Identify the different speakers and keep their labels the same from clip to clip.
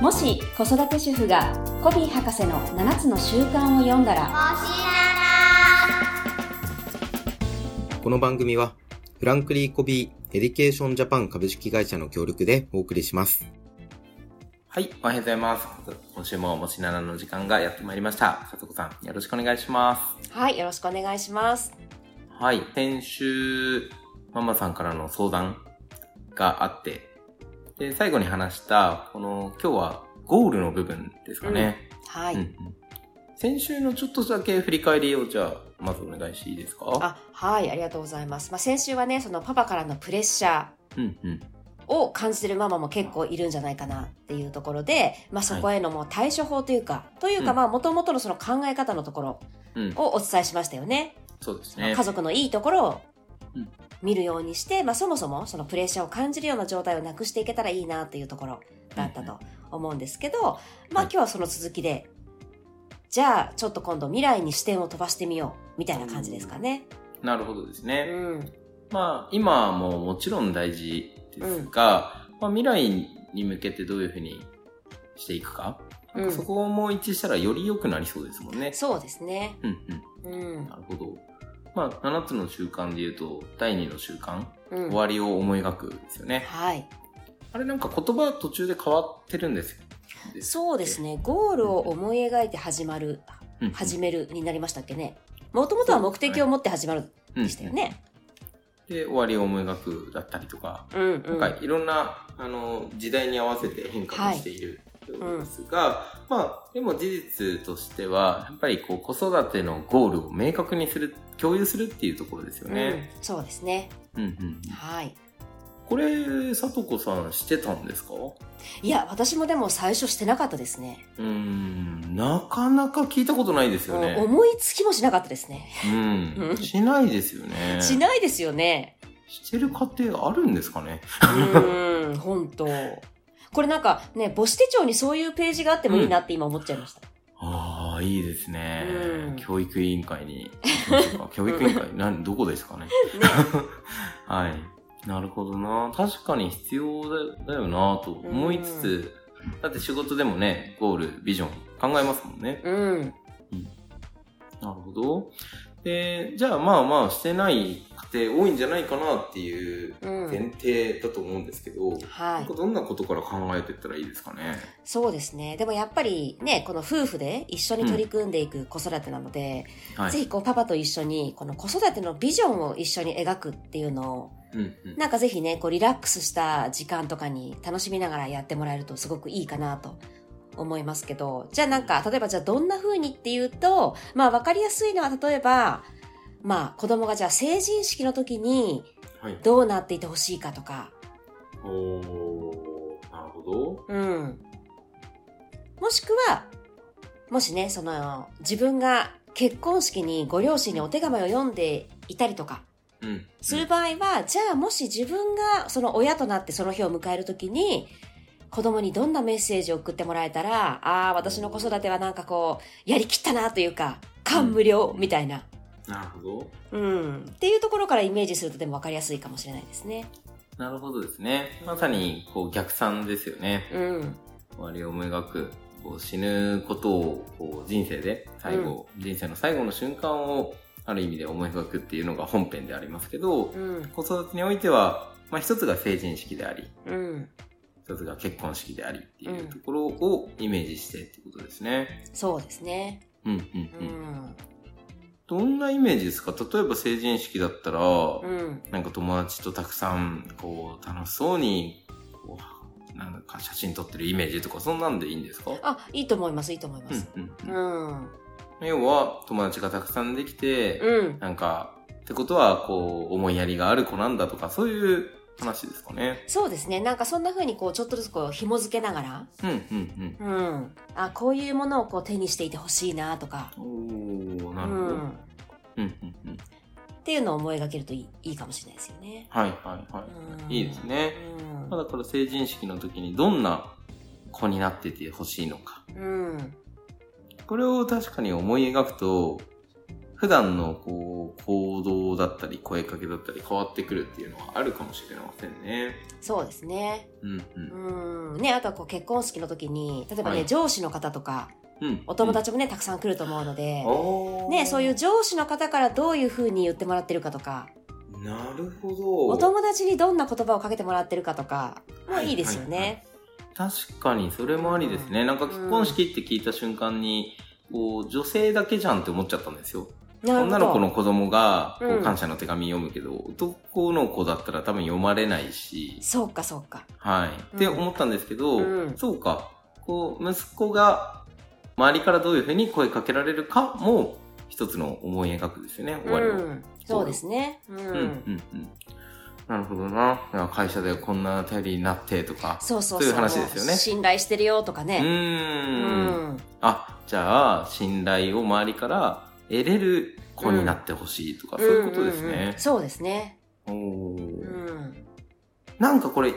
Speaker 1: もし子育て主婦がコビー博士の7つの習慣を読んだら
Speaker 2: この番組は、フランクリー・コビー・エディケーション・ジャパン株式会社の協力でお送りします。
Speaker 3: はい、おはようございます。今週ももちななの時間がやってまいりました。さとこさん、よろしくお願いします。
Speaker 4: はい、よろしくお願いします。
Speaker 3: はい、先週、ママさんからの相談があって、で、最後に話した、この、今日はゴールの部分ですかね。
Speaker 4: は
Speaker 3: う
Speaker 4: い。
Speaker 3: んうん先週のちょっとだけ振り返りを、じゃあ、まずお願いしていいですか
Speaker 4: あ、はい、ありがとうございます。まあ、先週はね、そのパパからのプレッシャ
Speaker 3: うんうん。
Speaker 4: ーを感じてるママも結構いるんじゃないかなっていうところで、まあ、そこへのもう対処法というか、という
Speaker 3: う
Speaker 4: か、
Speaker 3: ん
Speaker 4: まあ、もともとのその考え方のところ
Speaker 3: うん、
Speaker 4: をお伝えしましたよね。
Speaker 3: そうですね
Speaker 4: 家。族のいいところを
Speaker 3: うん
Speaker 4: 見るようにして、まあ、そもそもそのプレッシャーを感じるような状態をなくしていけたらいいなというところだったと思うんですけど、まあ
Speaker 3: はい
Speaker 4: 今日はその続きで、じゃあちょっと今度未来に視点を飛ばしてみようみたいな感じですかね。
Speaker 3: なるほどです
Speaker 4: う
Speaker 3: ね。
Speaker 4: ん。
Speaker 3: まあ、今ももちろん大事ですが、まあ、未来に向けてどういうふうにしていくか、
Speaker 4: うん
Speaker 3: そこも一致したらより良くなりそうですもんね。
Speaker 4: そうですね。
Speaker 3: うん
Speaker 4: う
Speaker 3: うん。
Speaker 4: ん。
Speaker 3: なるほど。まあ、7つの習慣で言うと、第2の習慣、
Speaker 4: うん
Speaker 3: 終わりを思い描くですよね。
Speaker 4: はい。
Speaker 3: あれなんか言葉途中で変わってるんですよ。
Speaker 4: そうですね。ゴールを思い描いて始まる、
Speaker 3: うんうん。
Speaker 4: 始めるになりましたっけね。もともとは目的を持って始まる
Speaker 3: うん
Speaker 4: でしたよ。ね。
Speaker 3: で、終わりを思い描くだったりとか、
Speaker 4: うんうん。
Speaker 3: なんかいろんなあの時代に合わせて変化をしていると思いますが、まあでも事実としてはやっぱりこう子育てのゴールを明確にする共有するっていうところですよね。
Speaker 4: うんそうですね。
Speaker 3: うんうん、
Speaker 4: はい。
Speaker 3: これさとこさんしてたんですか
Speaker 4: いや、私もでも最初してなかったですね。
Speaker 3: うーんなかなか聞いたことないですよ
Speaker 4: うん
Speaker 3: ね。
Speaker 4: 思いつきもしなかったですね。
Speaker 3: うん、
Speaker 4: うん
Speaker 3: しないですよね。
Speaker 4: しないですよね。
Speaker 3: してる過程あるんですかね。
Speaker 4: うーん、本当。これなんかね、母子手帳にそういうページがあってもいいなって今思っちゃいました。
Speaker 3: ああいいですね、
Speaker 4: うん
Speaker 3: 教育委員会に行きましょうか教育委 員会なんどこですかね。
Speaker 4: ね
Speaker 3: はい。なるほどな。確かに必要だだよなと思いつつ、だって仕事でもね、ゴール、ビジョン考えますもんね。
Speaker 4: うん。
Speaker 3: なるほど。で、じゃあまあまあしてない家庭多いんじゃないかなっていう
Speaker 4: うん
Speaker 3: 前提だと思うんですけど、
Speaker 4: は
Speaker 3: なん
Speaker 4: い
Speaker 3: か。どんなことから考えていったらいいですかね。
Speaker 4: そうですね。でもやっぱりね、この夫婦で一緒に取り組んでいく子育てなので、
Speaker 3: は
Speaker 4: ぜ
Speaker 3: い。
Speaker 4: ひこうパパと一緒に、この子育てのビジョンを一緒に描くっていうのを、
Speaker 3: うんうん
Speaker 4: なんかぜひね、こうリラックスした時間とかに楽しみながらやってもらえるとすごくいいかなと思いますけど、じゃあなんか、例えばじゃあどんな風にっていうと、まあわかりやすいのは例えば、まあ子供がじゃあ成人式の時に
Speaker 3: はい。
Speaker 4: どうなっていてほしいかとか、
Speaker 3: おーなるほど。
Speaker 4: うん。もしくは、もしね、その自分が結婚式にご両親にお手紙を読んでいたりとか、
Speaker 3: うん。
Speaker 4: する場合は、じゃあもし自分がその親となってその日を迎えるときに、子供にどんなメッセージを送ってもらえたら、ああ、私の子育てはなんかこう、やりきったなというか、感無量みたいな。
Speaker 3: なるほど。
Speaker 4: うん。っていうところからイメージするとでも分かりやすいかもしれないですね。
Speaker 3: なるほどですね。まさに、こう、逆算ですよね。
Speaker 4: うん。
Speaker 3: 終わりを思い描くこう死ぬことをこう人生で最後、人生の最後の瞬間をある意味で思い描くっていうのが本編でありますけど、
Speaker 4: うん。
Speaker 3: 子育てにおいては、まあ、一つが成人式であり
Speaker 4: うん。
Speaker 3: 一つが結婚式でありっていううんところをイメージしてってことですね。
Speaker 4: そうですね。
Speaker 3: うんうん
Speaker 4: う
Speaker 3: うん、
Speaker 4: ん。
Speaker 3: どんなイメージですか例えば成人式だったら、
Speaker 4: うん。
Speaker 3: なんか友達とたくさんこう楽しそうにこうなんか写真撮ってるイメージとかそんなんでいいんですか
Speaker 4: あ、いいと思います、いいと思います。
Speaker 3: うんうんうん
Speaker 4: うん。
Speaker 3: 要は友達がたくさんできて、
Speaker 4: うん。
Speaker 3: なんかってことはこう思いやりがある子なんだとかそういう話ですかね。
Speaker 4: そうですね。なんかそんな風にこう、ちょっとずつこう、紐付けながら、
Speaker 3: うんうん
Speaker 4: うん、あこういうものをこう手にしていてほしいなとか、
Speaker 3: うん。おおー
Speaker 4: う
Speaker 3: なるほど。
Speaker 4: ん、っ
Speaker 3: うんうんうん。
Speaker 4: ていうのを思いがけるといいいいかもしれないですよね。
Speaker 3: はいはいは
Speaker 4: うん
Speaker 3: い。いいですね。まあだから成人式の時にどんな子になっててほしいのか。
Speaker 4: うん、うん、
Speaker 3: これを確かに思い描くと普段のこう行動だったり声かけだったり変わってくるっていうのはあるかもしれませんね。
Speaker 4: そうですね。
Speaker 3: うんうん。
Speaker 4: うん。ね、あとはこう結婚式の時に、例えばね、
Speaker 3: はい
Speaker 4: 上司の方とか、
Speaker 3: うん、
Speaker 4: お友達もね、たくさん来ると思うので、
Speaker 3: おー
Speaker 4: ね、そういう上司の方からどういうふうに言ってもらってるかとか、
Speaker 3: なるほ
Speaker 4: お
Speaker 3: ど。
Speaker 4: 友達にどんな言葉をかけてもらってるかとか、もいいですよね。
Speaker 3: 確かにそれもありですね。なんか結婚式って聞いた瞬間に、こう女性だけじゃんって思っちゃったんですよ。
Speaker 4: なるほど。
Speaker 3: 女の子の子供がこ
Speaker 4: う
Speaker 3: うん感謝の手紙読むけど、男の子だったら多分読まれないし、
Speaker 4: そうか、そうか。
Speaker 3: は
Speaker 4: う
Speaker 3: い。
Speaker 4: ん
Speaker 3: って思ったんですけど、
Speaker 4: うん
Speaker 3: そうか。こう、息子が周りからどういうふうに声かけられるかも、一つの思い描くですよね、終わりを。
Speaker 4: う
Speaker 3: うん、
Speaker 4: ん。そうですね。うん。
Speaker 3: うん、うん、なるほどな。いや会社でこんな頼りになってとか。
Speaker 4: そうそうそう。
Speaker 3: そういう話ですよね
Speaker 4: 信頼してるよとか
Speaker 3: う
Speaker 4: ね。う
Speaker 3: ーん。あ、じゃあ、信頼を周りから得れる子になってほしいとか、そういうことです
Speaker 4: んうんう
Speaker 3: ね
Speaker 4: ん。そうですね。
Speaker 3: お
Speaker 4: う
Speaker 3: ー
Speaker 4: ん。
Speaker 3: なんかこれ、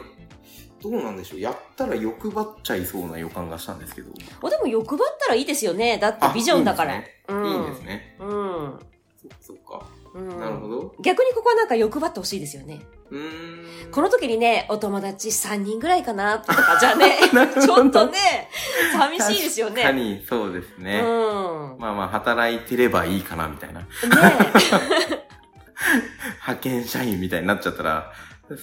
Speaker 3: どうなんでしょう。やったら欲張っちゃいそうな予感がしたんですけど。
Speaker 4: おでも欲張ったらいいですよね。だってビジョンだから。
Speaker 3: あいいですね
Speaker 4: うん。
Speaker 3: いいんです。ね。
Speaker 4: うん。
Speaker 3: そっかそっか。
Speaker 4: うん。
Speaker 3: なるほど。
Speaker 4: 逆にここはなんか欲張ってほしいですよね。
Speaker 3: うーん。
Speaker 4: この時にね、お友達3人ぐらいかなとかじゃ ね、ちょっとね、寂しいですよね。
Speaker 3: 確かに、そうですね。
Speaker 4: うん。
Speaker 3: まあまあ、働いてればいいかな、みたいな。
Speaker 4: ね
Speaker 3: 派遣社員みたいになっちゃったら、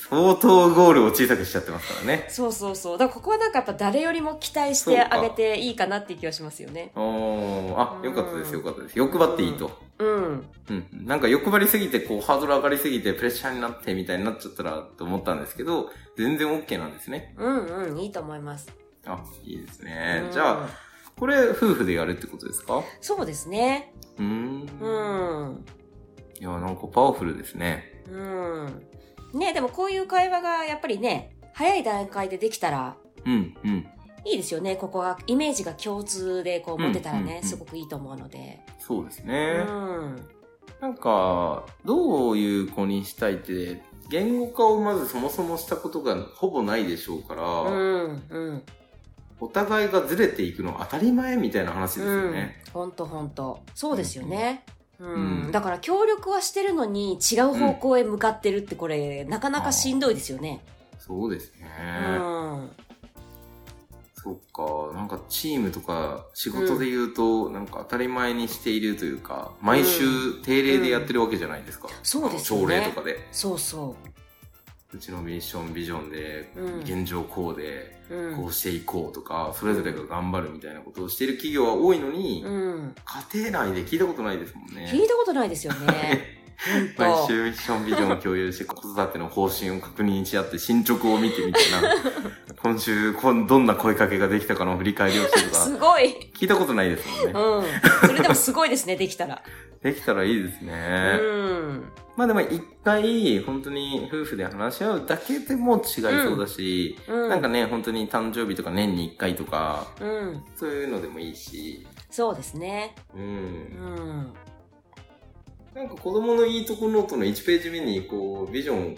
Speaker 3: 相当ゴールを小さくしちゃってますからね。
Speaker 4: そうそうそう。だからここはなんかやっぱ誰よりも期待してあげていいかなっていう気はしますよね。
Speaker 3: おー、
Speaker 4: う
Speaker 3: あ、
Speaker 4: ん
Speaker 3: よかったです、よかったです。欲張っていいと。
Speaker 4: うん。
Speaker 3: うん。なんか欲張りすぎて、こう、ハードル上がりすぎて、プレッシャーになって、みたいになっちゃったら、と思ったんですけど、全然 OK なんですね。
Speaker 4: うんうん、いいと思います。
Speaker 3: あ、いいですね
Speaker 4: う。ん
Speaker 3: じゃあ、これ、夫婦でやるってことですか
Speaker 4: そうですね。
Speaker 3: うーん。
Speaker 4: うん。
Speaker 3: いや、なんかパワフルですね。
Speaker 4: うん。ね、でもこういう会話がやっぱりね、早い段階でできたら
Speaker 3: うん、うん。
Speaker 4: いいですよね。ここが、イメージが共通でこう持てたらね、
Speaker 3: うんうんうん
Speaker 4: すごくいいと思うので。
Speaker 3: そうです
Speaker 4: う
Speaker 3: ね。
Speaker 4: ん。
Speaker 3: なんか、どういう子にしたいって、言語化をまずそもそもしたことがほぼないでしょうから、
Speaker 4: うん。うん。
Speaker 3: お互いがずれていくの当たり前みたいな話ですよね。
Speaker 4: ほんとほんと。そうですよね。うん
Speaker 3: うん
Speaker 4: だから協力はしてるのに違う方向へ向かってるってこれ、なかなかしんどいですよね。
Speaker 3: そうですね。
Speaker 4: うん。
Speaker 3: そっか。なんかチームとか仕事で言うと、なんか当たり前にしているというか、毎週定例でやってるわけじゃないですか。
Speaker 4: そうですよね
Speaker 3: 朝礼とかで。
Speaker 4: そうそう
Speaker 3: ちのミッション、ビジョンで、
Speaker 4: う。うん。
Speaker 3: 現状こうで、
Speaker 4: うん
Speaker 3: こうしていこうとか、それぞれが頑張るみたいなことをしている企業は多いのに、
Speaker 4: うん。
Speaker 3: 家庭内で聞いたことないですもん
Speaker 4: 聞い
Speaker 3: ね。
Speaker 4: たことないですよね。ほ
Speaker 3: 毎
Speaker 4: んと。
Speaker 3: 週ミッションビジョンを共有して子育ての方針を確認し合って進捗を見てみたいな。 今週こんどんな声かけができたかの振り返りをしてと
Speaker 4: す
Speaker 3: か、
Speaker 4: ごい。
Speaker 3: 聞いたことないですもん
Speaker 4: う
Speaker 3: ね。
Speaker 4: ん。それでもすごい ですね、できたら。
Speaker 3: できたらいいです
Speaker 4: う
Speaker 3: ね。
Speaker 4: ん。
Speaker 3: まあでも一回本当に夫婦で話し合うだけでも違いそうだし、
Speaker 4: うん。
Speaker 3: なんかね、本当に誕生日とか年に一回とか、
Speaker 4: うん。
Speaker 3: そういうのでもいいし、
Speaker 4: そうですね。
Speaker 3: う。
Speaker 4: うんん。
Speaker 3: なんか子供のいいとこノートの1ページ目にこう、ビジョン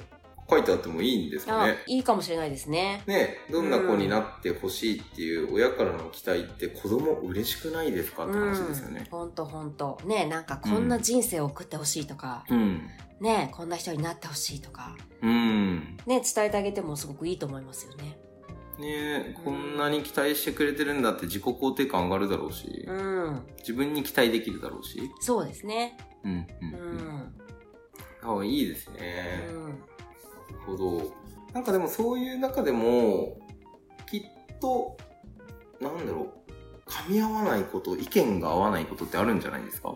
Speaker 3: 書いてあってもいいんですか
Speaker 4: あ
Speaker 3: ね。、
Speaker 4: いいかもしれないですね。
Speaker 3: ね、どんな子になってほしいっていう親からの期待って子供嬉しくないですかって話ですよね。
Speaker 4: ほんとほんと。ねなんかこんな人生を送ってほしいとか、
Speaker 3: うん。
Speaker 4: ねこんな人になってほしいとか、
Speaker 3: うん。
Speaker 4: ね伝えてあげてもすごくいいと思いますよね。
Speaker 3: ねこんなに期待してくれてるんだって自己肯定感上がるだろうし
Speaker 4: う、ん。
Speaker 3: 自分に期待できるだろうし。
Speaker 4: そうですね。
Speaker 3: うん。う。
Speaker 4: うん
Speaker 3: うん
Speaker 4: ん。
Speaker 3: あ、いいです
Speaker 4: う
Speaker 3: ね。
Speaker 4: ん。
Speaker 3: なるほど。なんかでもそういう中でも、きっと、なんだろう。噛み合わないこと、意見が合わないことってあるんじゃないですか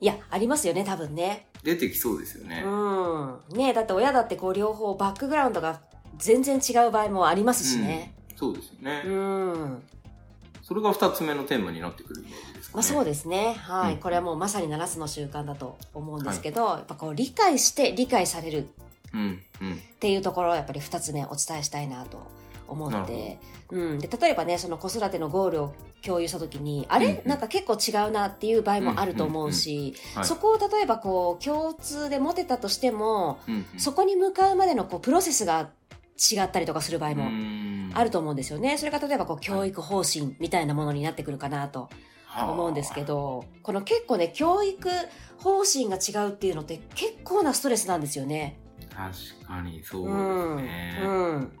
Speaker 4: いや、ありますよね、多分ね。
Speaker 3: 出てきそうですよね。
Speaker 4: うん。ねだって親だってこう両方バックグラウンドが全然違う場合もありますしね。
Speaker 3: そうですよね。
Speaker 4: うん。
Speaker 3: それが二つ目のテーマになってくるんですか、ね。
Speaker 4: まあそうですね。はい。
Speaker 3: うん
Speaker 4: これはもうまさに7つの習慣だと思うんですけど、やっぱこう理解して理解される
Speaker 3: うん、うん。
Speaker 4: っていうところをやっぱり2つ目お伝えしたいなと思っ
Speaker 3: な
Speaker 4: て
Speaker 3: る、
Speaker 4: うん、で例えばねその子育てのゴールを共有した時にあれ、
Speaker 3: うんうん
Speaker 4: なんか結構違うなっていう場合もあると思うし、
Speaker 3: はい
Speaker 4: そこを例えばこう共通で持てたとしても、
Speaker 3: うん、
Speaker 4: そこに向かうまでのこうプロセスが違ったりとかする場合
Speaker 3: う
Speaker 4: も
Speaker 3: ん
Speaker 4: あると思うんですよね。それが例えばこう教育方針みたいなものになってくるかなと思うんですけど、この結構ね、教育方針が違うっていうのって結構なストレスなんですよね。
Speaker 3: 確かにそう
Speaker 4: う
Speaker 3: です
Speaker 4: ん。
Speaker 3: ね。
Speaker 4: うん。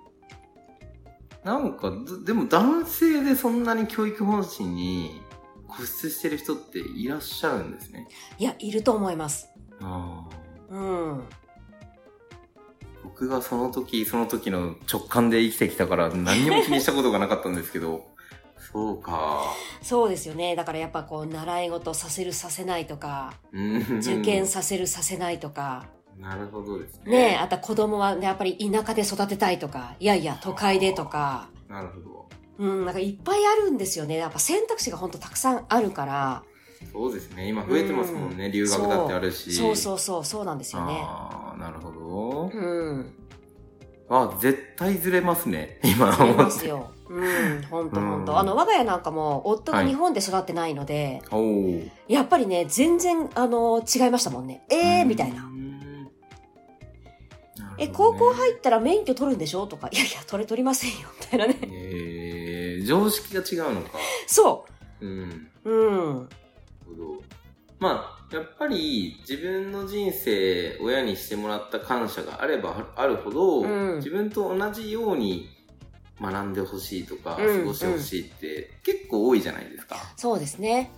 Speaker 3: なんか、ずでも男性でそんなに教育方針に固執してる人っていらっしゃるんですね。
Speaker 4: いや、いると思います。
Speaker 3: ああ。
Speaker 4: うん。
Speaker 3: 僕がその時、その時の直感で生きてきたから何にも気にしたことがなかったんですけど、そうか。
Speaker 4: そうですよね。だからやっぱこう、習い事させるさせないとか、
Speaker 3: うん
Speaker 4: 受験させるさせないとか、
Speaker 3: なるほどですね。
Speaker 4: ねえ、あとは子供はね、やっぱり田舎で育てたいとか、いやいや、都会でとか、
Speaker 3: なるほど。
Speaker 4: うん、なんかいっぱいあるんですよね。やっぱ選択肢が本当たくさんあるから、
Speaker 3: そうですね。今増えてますもんね。留学だってあるし。
Speaker 4: そう
Speaker 3: う
Speaker 4: そうそう、そうなんですよね。
Speaker 3: ああ、なるほど。
Speaker 4: うん。
Speaker 3: あ、絶対ずれますね。今
Speaker 4: あり
Speaker 3: 思
Speaker 4: ま
Speaker 3: っ
Speaker 4: す
Speaker 3: て。
Speaker 4: よ。うん、ほんとほん
Speaker 3: う
Speaker 4: と。
Speaker 3: ん
Speaker 4: あの、我が家なんかも、夫が
Speaker 3: はい
Speaker 4: 日本で育ってないので、
Speaker 3: おお。
Speaker 4: やっぱりね、全然、あの、違いましたもんね。えー、みたいな。
Speaker 3: うん。なるほどね
Speaker 4: え、高校入ったら免許取るんでしょとか、 いやいや、取れ取りませんよ、みたいなね。
Speaker 3: えー、常識が違うのか。
Speaker 4: そ
Speaker 3: うん。
Speaker 4: う。うん。
Speaker 3: なるほど。まあ、やっぱり自分の人生、親にしてもらった感謝があればああるほど、
Speaker 4: うん
Speaker 3: 自分と同じように学んでほしいとか、
Speaker 4: うん
Speaker 3: 過ごしてほしいって結構多いじゃないですか。
Speaker 4: そうですね。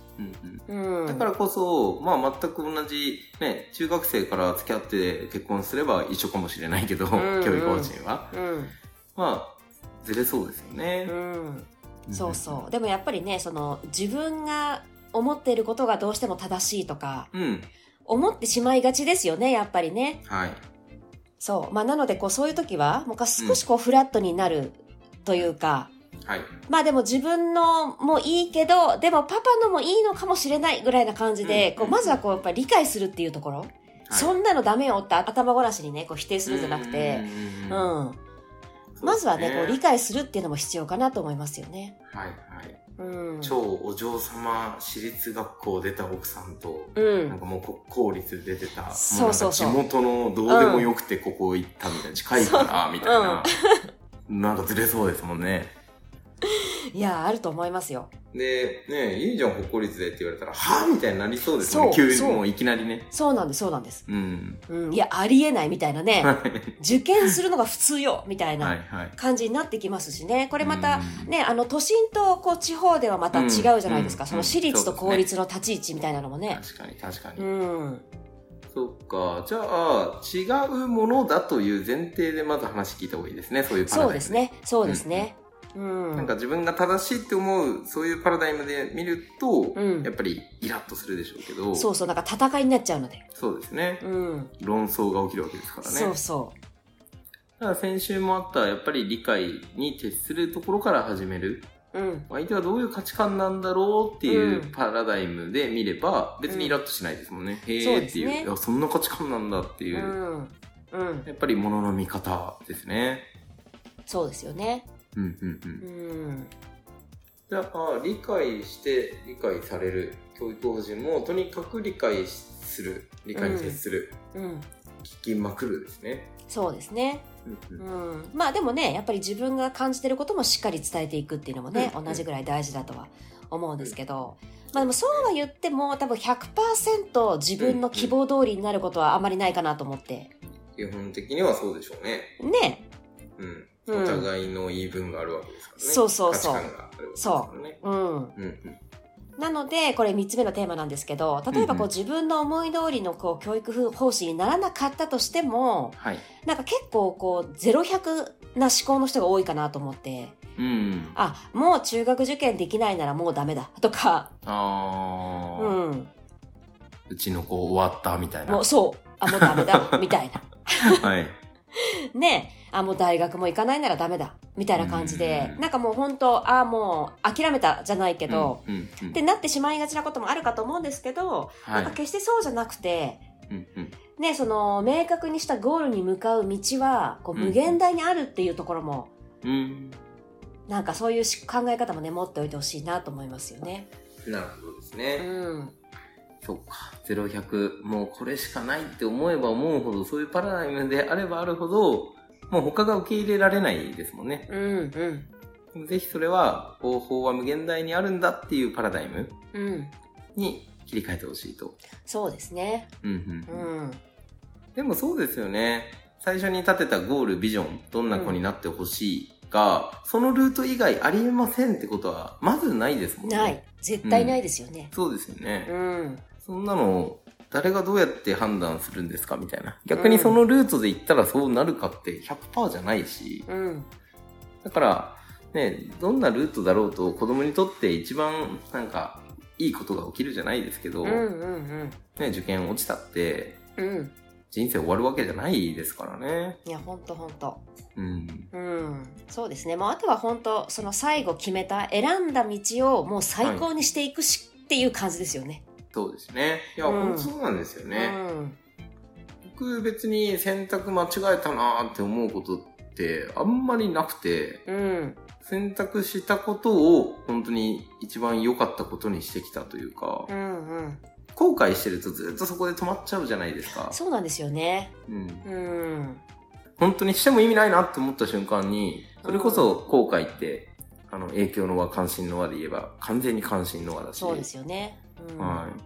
Speaker 3: うんうん
Speaker 4: うん。
Speaker 3: だからこそ、まあ全く同じ、ね、中学生から付き合って結婚すれば一緒かもしれないけど、
Speaker 4: んうん
Speaker 3: 教育方針は。
Speaker 4: うん。
Speaker 3: まあ、ずれそうですよね。
Speaker 4: うん。そうそう。
Speaker 3: う
Speaker 4: でもやっぱりね、その、自分が思っていることがどうしても正しいとか、
Speaker 3: ん。うん。
Speaker 4: 思ってしまいがちですよね、やっぱりね。
Speaker 3: はい。
Speaker 4: そう。まあ、なので、こう、そういう時は、もうか少しこう、フラットになるというか、
Speaker 3: はい。
Speaker 4: まあでも自分のもいいけど、でもパパのもいいのかもしれないぐらいな感じで、
Speaker 3: うん
Speaker 4: こう、まずはこう、やっぱり理解するっていうところ。そ
Speaker 3: なん
Speaker 4: なのダメよって頭ごなしにね、こう、否定するんじゃなくて、
Speaker 3: うん
Speaker 4: う
Speaker 3: うんうん
Speaker 4: ん。まずはね、
Speaker 3: そ
Speaker 4: こう、
Speaker 3: です
Speaker 4: 理解するっていうのも必要かなと思いますよね。
Speaker 3: はいはい。
Speaker 4: うん。
Speaker 3: 超お嬢様私立学校出た奥さんと、
Speaker 4: う
Speaker 3: なん
Speaker 4: ん。
Speaker 3: かもう国公立出てた、
Speaker 4: そうそうそう
Speaker 3: もうなんか地元のどうでもよくてここ行ったみたいな、近いから、みたいな。なんかずれそうですもんね。
Speaker 4: いや、あると思いますよ。
Speaker 3: で、ねえ、いいじゃん、国公立でって言われたら、はぁみたいになりそうですよ
Speaker 4: そ
Speaker 3: ね。
Speaker 4: う
Speaker 3: 急に
Speaker 4: そう
Speaker 3: もういきなりね。
Speaker 4: そうなんです、そうなんです。
Speaker 3: うん。
Speaker 4: うん。いや、ありえないみたいなね
Speaker 3: は。
Speaker 4: 受験するのが普通よ、みたい
Speaker 3: い はい
Speaker 4: な
Speaker 3: はい。
Speaker 4: 感じになってきますしね。こ
Speaker 3: こ
Speaker 4: れまた、、ね、あの都心とこう地方ではまた違うじゃないですか、
Speaker 3: うん
Speaker 4: その私立と
Speaker 3: うん
Speaker 4: 公立の立ち位置みたいなのもね。
Speaker 3: 確かに確かに。
Speaker 4: うん、
Speaker 3: そっか。じゃあ、違うものだという前提でまず話聞いた方がいいですね。そういうパラ
Speaker 4: そう
Speaker 3: ダイム
Speaker 4: ですね、そうですね。うん。
Speaker 3: なんか自分が正しいって思う、そういうパラダイムで見ると、
Speaker 4: うん
Speaker 3: やっぱりイラッとするでしょうけど、
Speaker 4: そうそう、なんか戦いになっちゃうので。
Speaker 3: そうですね。
Speaker 4: うん。
Speaker 3: 論争が起きるわけですからね。
Speaker 4: そうそ
Speaker 3: ただ先週もあった、やっぱり理解に徹するところから始める。
Speaker 4: う。うん。
Speaker 3: 相手はどういう価値観なんだろうっていううんパラダイムで見れば、別にイラッとしないですもんね。へ
Speaker 4: そう
Speaker 3: ー
Speaker 4: で
Speaker 3: っ
Speaker 4: す
Speaker 3: ていう
Speaker 4: ね
Speaker 3: いや、そんな価値観なんだっていうう。
Speaker 4: ん。うん。
Speaker 3: やっぱりものの見方ですね。
Speaker 4: そうですよね。
Speaker 3: うんうんう
Speaker 4: う
Speaker 3: ん。
Speaker 4: ん。
Speaker 3: じゃあ理解して理解される教育法人もとにかく理解する理解に徹する、
Speaker 4: うん。
Speaker 3: 聞きまくるですね、
Speaker 4: そうですね。
Speaker 3: うん
Speaker 4: う
Speaker 3: うん
Speaker 4: ん。まあでもね、やっぱり自分が感じてることもしっかり伝えていくっていうのもね、
Speaker 3: うん
Speaker 4: 同じぐらい大事だとは思うんですけど、まあでもそうは言っても多分100%自分の希望通りになることはあまりないかなと思って。
Speaker 3: 基本的にはそうでしょうね、
Speaker 4: ね。
Speaker 3: うん
Speaker 4: うん
Speaker 3: お互いの言い分があるわけですからね
Speaker 4: そうそうそう
Speaker 3: 価値観があるわけですからね
Speaker 4: うん。
Speaker 3: うんうん
Speaker 4: なので、これ3つ目のテーマなんですけど、例えばこう
Speaker 3: うん
Speaker 4: 自分の思い通りのこう教育方針にならなかったとしても、
Speaker 3: はい
Speaker 4: なんか結構こう、ゼロ百な思考の人が多いかなと思って、
Speaker 3: うん
Speaker 4: あ、もう中学受験できないならもうダメだ、とか、
Speaker 3: あ
Speaker 4: う、
Speaker 3: ー、うんちの子終わったみたいな
Speaker 4: もうそう、あ、もうダメ だ、みたいな。
Speaker 3: はい
Speaker 4: ね、あ、もう大学も行かないならダメだ、みたいな感じで
Speaker 3: う、ん
Speaker 4: なんかもう本当、あ、もう諦めたじゃないけど、
Speaker 3: うんうんうん
Speaker 4: ってなってしまいがちなこともあるかと思うんですけど、な
Speaker 3: は
Speaker 4: んか
Speaker 3: い
Speaker 4: 決してそうじゃなくて、
Speaker 3: うんうん
Speaker 4: ね、その、明確にしたゴールに向かう道は、こう、
Speaker 3: うん
Speaker 4: 無限大にあるっていうところも、
Speaker 3: うん
Speaker 4: なんかそういうし考え方もね、持っておいてほしいなと思いますよね。
Speaker 3: なるほどです
Speaker 4: う
Speaker 3: ね、
Speaker 4: ん。
Speaker 3: そうか。0100、もうこれしかないって思えば思うほど、そういうパラダイムであればあるほど、もう他が受け入れられないですもんね。
Speaker 4: うんうん。
Speaker 3: でもぜひそれは方法は無限大にあるんだっていうパラダイム
Speaker 4: うん。
Speaker 3: に切り替えてほしいと。
Speaker 4: そうですね。
Speaker 3: うん
Speaker 4: う
Speaker 3: うん
Speaker 4: ん。
Speaker 3: でもそうですよね。最初に立てたゴール、ビジョン、どんな子になってほしいが、そのルート以外ありえませんってことは、まずないですもんね。
Speaker 4: ない。。絶対ないですよね。
Speaker 3: そうですよね。
Speaker 4: うん。
Speaker 3: そんなの、誰がどうやって判断するんですかみたいな。逆にそのルートで行ったらそうなるかって100%じゃないし。
Speaker 4: うん。
Speaker 3: だから、ね、どんなルートだろうと子供にとって一番なんかいいことが起きるじゃないですけど、
Speaker 4: うん。うん。
Speaker 3: ね、受験落ちたって
Speaker 4: うん。うん。
Speaker 3: 人生終わるわけじゃないですからね。
Speaker 4: いや、ほんとほんと。
Speaker 3: うん。
Speaker 4: うん。そうですね。もうあとは本当その最後決めた、選んだ道をもう最高にしていくし、っていう感じですよね。
Speaker 3: そうですね。いや、
Speaker 4: うん
Speaker 3: 本当そうなんですよね。
Speaker 4: うん。
Speaker 3: 僕別に選択間違えたなーって思うことってあんまりなくて、
Speaker 4: うん。
Speaker 3: 選択したことを本当に一番良かったことにしてきたというか
Speaker 4: う、ん。うん。
Speaker 3: 後悔してるとずっとそこで止まっちゃうじゃないですか。
Speaker 4: そうなんですよね。
Speaker 3: うん、
Speaker 4: うん。
Speaker 3: 本当にしても意味ないなって思った瞬間に、それこそ後悔って、あの、影響の輪、関心の輪で言えば、完全に関心の輪だし。
Speaker 4: そうですよね。うん。
Speaker 3: はい。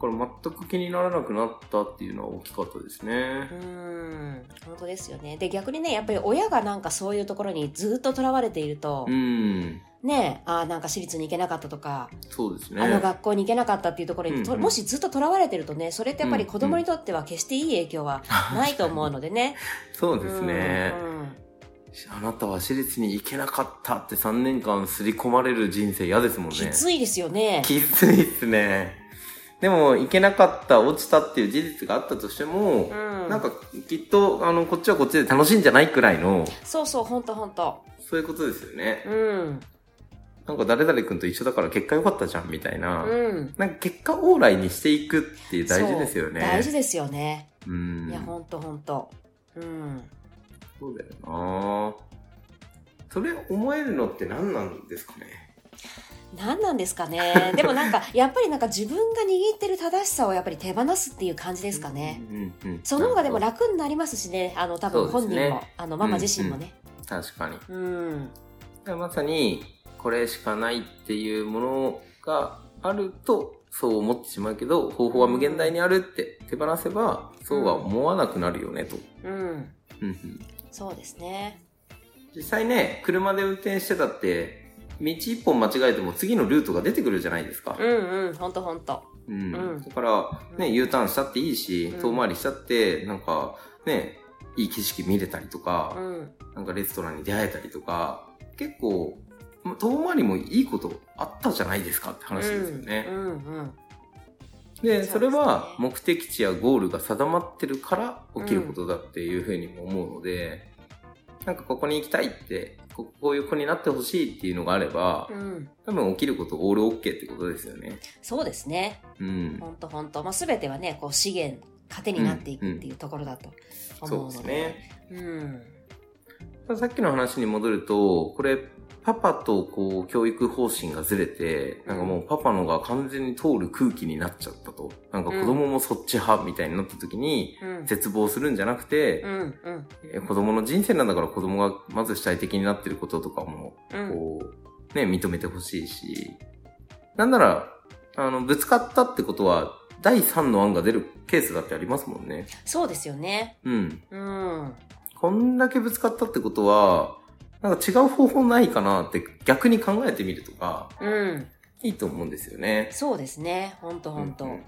Speaker 3: これ全く気にならなくなったっていうのは大きかったですね
Speaker 4: う。ん本当ですよね。で逆にねやっぱり親がなんかそういうところにずっととらわれていると、
Speaker 3: うん。
Speaker 4: ねあーなんか私立に行けなかったとか、
Speaker 3: そうですね。
Speaker 4: あの学校に行けなかったっていうところに、と
Speaker 3: うんうん
Speaker 4: もしずっととらわれてるとねそれってやっぱり子供にとっては決していい影響はないと思うのでね。
Speaker 3: そうですね。
Speaker 4: うんうん
Speaker 3: あなたは私立に行けなかったって3年間刷り込まれる人生嫌ですもんね。
Speaker 4: きついですよね。
Speaker 3: きついっすね。でも、行けなかった、落ちたっていう事実があったとして
Speaker 4: う、
Speaker 3: も
Speaker 4: ん、
Speaker 3: なんか、きっと、あの、こっちはこっちで楽しいんじゃないくらいの、
Speaker 4: そうそう本当本当
Speaker 3: そういうことですよね。
Speaker 4: うん
Speaker 3: なんか、誰々君と一緒だから結果良かったじゃん、みたいな。
Speaker 4: うん
Speaker 3: なんか、結果往来にしていくって大事ですよね。
Speaker 4: そう大事ですよね。
Speaker 3: うん
Speaker 4: いや。本当本当うん
Speaker 3: そうだよなそれ思えるのって何なんですかね。
Speaker 4: 何なんですか ねでもなんかやっぱりなんか自分が握ってる正しさをやっぱり手放すっていう感じですかね、
Speaker 3: うんうんうん。
Speaker 4: その方がでも楽になりますしねあの多分
Speaker 3: そ
Speaker 4: 本
Speaker 3: うで
Speaker 4: 人
Speaker 3: す
Speaker 4: も、
Speaker 3: ね
Speaker 4: あのママ自身もね
Speaker 3: 確かに。
Speaker 4: うん、
Speaker 3: だからまさにこれしかないっていうものがあるとそう思ってしまうけど方法は無限大にあるって手放せばそうは思わなくなるよねと、
Speaker 4: うん、
Speaker 3: うんうん
Speaker 4: そうですね
Speaker 3: 実際ね車で運転してたって道一本間違えても次のルートが出てくるじゃないですか
Speaker 4: う、んうんほんとほんと
Speaker 3: うん
Speaker 4: うん
Speaker 3: だから、ね、
Speaker 4: うん
Speaker 3: U ターンしたっていいし
Speaker 4: うん
Speaker 3: 遠回りしたってなんかねいい景色見れたりとか、
Speaker 4: うん
Speaker 3: なんかレストランに出会えたりとか、結構、遠回りもいいことあったじゃないですかって話ですよね。
Speaker 4: うんうん
Speaker 3: で、
Speaker 4: そ
Speaker 3: そう
Speaker 4: で
Speaker 3: れ
Speaker 4: すね
Speaker 3: は目的地やゴールが定まってるから起きることだっていうふうにも思うので、なんかここに行きたいって、ここういう子になってほしいっていうのがあれば
Speaker 4: う、ん
Speaker 3: 多分起きることオールオッケーってことですよね。
Speaker 4: そうですね
Speaker 3: うん。
Speaker 4: ほんとほんと、まあ、全てはねこう資源糧になっていくっていうところだと
Speaker 3: そう
Speaker 4: 思う
Speaker 3: です
Speaker 4: ので、
Speaker 3: ね。
Speaker 4: うん、うん
Speaker 3: さっきの話に戻ると、これ、パパとこう、教育方針がずれて、なんかもうパパのが完全に通る空気になっちゃったと。なんか子供もそっち派みたいになった時に、
Speaker 4: うん
Speaker 3: 絶望するんじゃなくて、
Speaker 4: うんうん
Speaker 3: え子供の人生なんだから子供がまず主体的になってることとかも、
Speaker 4: うん
Speaker 3: こう、ね、認めてほしいし、なんなら、あの、ぶつかったってことは、第3の案が出るケースだってありますもんね。
Speaker 4: そうですよね
Speaker 3: うん。
Speaker 4: うん
Speaker 3: こんだけぶつかったってことは、なんか違う方法ないかなって逆に考えてみるとか、
Speaker 4: うん
Speaker 3: いいと思うんですよね。
Speaker 4: そうですね。本当本当。
Speaker 3: うんうん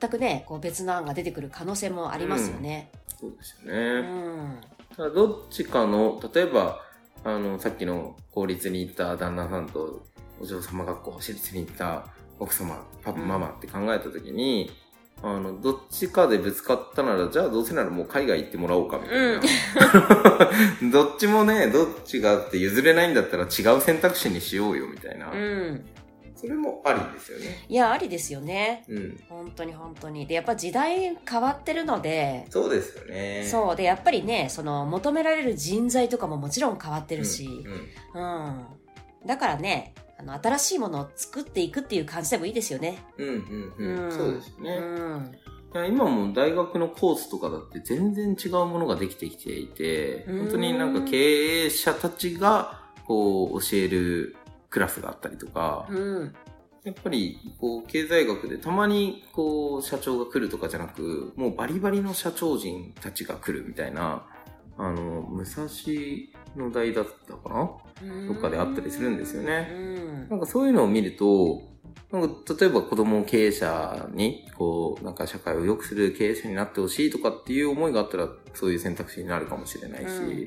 Speaker 4: 全くね、こう別の案が出てくる可能性もありますよね。
Speaker 3: そうですよ
Speaker 4: う
Speaker 3: ね。
Speaker 4: ん。
Speaker 3: ただどっちかの、例えば、あの、さっきの公立に行った旦那さんと、お嬢様学校、私立に行った奥様、パパ、
Speaker 4: うん
Speaker 3: ママって考えた時に、あの、どっちかでぶつかったなら、じゃあどうせならもう海外行ってもらおうかみたいな。どっちもね、どっちがあって譲れないんだったら違う選択肢にしようよみたいな。
Speaker 4: うん。
Speaker 3: それもありですよね。
Speaker 4: いや、ありですよね。
Speaker 3: うん。
Speaker 4: 本当に本当に。で、やっぱ時代変わってるので、
Speaker 3: そうですよね。う
Speaker 4: そう。で、やっぱりね、その求められる人材とかももちろん変わって
Speaker 3: で
Speaker 4: るし、うん。だからね、あの、新しいものを作っていくっていう感じでもいいですよね。
Speaker 3: うんうんうん。
Speaker 4: うん
Speaker 3: そうですよ
Speaker 4: う
Speaker 3: ね。
Speaker 4: ん。
Speaker 3: いや今も大学のコースとかだって全然違うものができてきていて、
Speaker 4: うん
Speaker 3: 本当になんか経営者たちがこう、教えるクラスがあったりとか、
Speaker 4: うん。
Speaker 3: やっぱり、こう、経済学でたまに、こう、社長が来るとかじゃなく、もうバリバリの社長人たちが来るみたいな、あの、武蔵の代だったかな
Speaker 4: ど
Speaker 3: とかであったりするんですよね
Speaker 4: うん
Speaker 3: な。んかそういうのを見ると、なんか例えば子供を経営者に、こう、なんか社会を良くする経営者になってほしいとかっていう思いがあったら、そういう選択肢になるかもしれないし、
Speaker 4: うん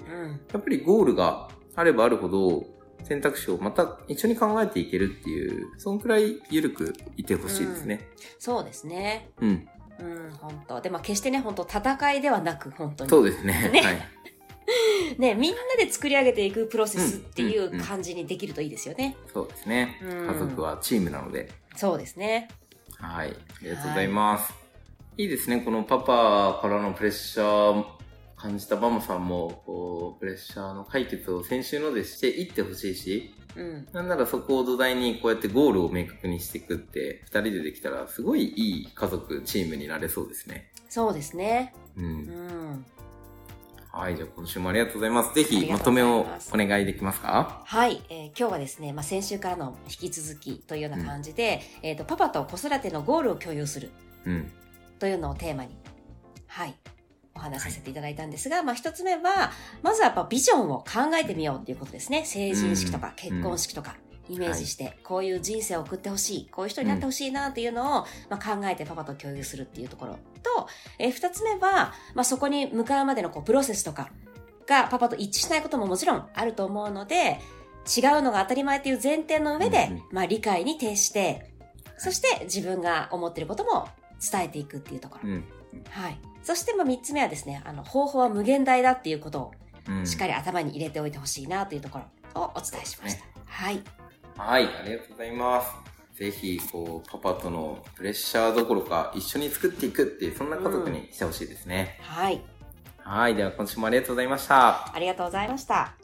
Speaker 3: やっぱりゴールがあればあるほど、選択肢をまた一緒に考えていけるっていう、そのくらい緩くいてほしいですね。
Speaker 4: そうですね。
Speaker 3: うん。
Speaker 4: うん、本当。で、まあ、決してね、本当戦いではなく、本当に。
Speaker 3: そうですね。
Speaker 4: ね
Speaker 3: はい。
Speaker 4: ね、みんなで作り上げていくプロセスってい
Speaker 3: んうん
Speaker 4: う
Speaker 3: う
Speaker 4: うん感じにできるといいですよね。
Speaker 3: そうですね。
Speaker 4: うん
Speaker 3: 家族はチームなので。
Speaker 4: そうですね。
Speaker 3: はい。ありがとうございます。い、いですね。このパパからのプレッシャー感じたママさんも、こう、プレッシャーの解決を先週のでしていってほしいし、
Speaker 4: うん。
Speaker 3: なんならそこを土台にこうやってゴールを明確にしていくって、二人でできたらすごいいい家族、チームになれそうですね。
Speaker 4: そうですね。
Speaker 3: う。
Speaker 4: うんん。
Speaker 3: はい。じゃあ今週もありがとうございます。ぜ
Speaker 4: あ
Speaker 3: ひ
Speaker 4: り
Speaker 3: ま
Speaker 4: がと
Speaker 3: と
Speaker 4: うご
Speaker 3: め
Speaker 4: ざい
Speaker 3: を
Speaker 4: ます
Speaker 3: お願いできますか
Speaker 4: はい、えー今日はですね、まあ、先週からの引き続きというような感じで、えっ、と、パパと子育てのゴールを共有する
Speaker 3: うん。
Speaker 4: というのをテーマに、はい、お話しさせていただいたんですが、まあ一つ目は、まずはやっぱビジョンを考えてみようっていうことですね。成人式と
Speaker 3: う
Speaker 4: か
Speaker 3: ん
Speaker 4: 結婚式とか。イメージして、こういう人生を送ってほしい、こういう人になってほしいなっていうのを、まあ、考えてパパと共有するっていうところと、えー二つ目は、まあ、そこに向かうまでのこうプロセスとかがパパと一致しないことももちろんあると思うので、違うのが当たり前っていう前提の上で、
Speaker 3: うんうん
Speaker 4: まあ、理解に徹して、そして自分が思っていることも伝えていくっていうところ
Speaker 3: う。ん。
Speaker 4: はい。そして、まあ、3つ目はですね、あの、方法は無限大だっていうこと
Speaker 3: うん
Speaker 4: を、しっかり頭に入れておいてほしいなというところをお伝えしました。はい。
Speaker 3: はい、ありがとうございます。ぜひ、こう、パパとのプレッシャーどころか、一緒に作っていくっていう、そんな家族にしてほしいですね。
Speaker 4: はい。
Speaker 3: はい、では今週もありがとうございました。
Speaker 4: ありがとうございました。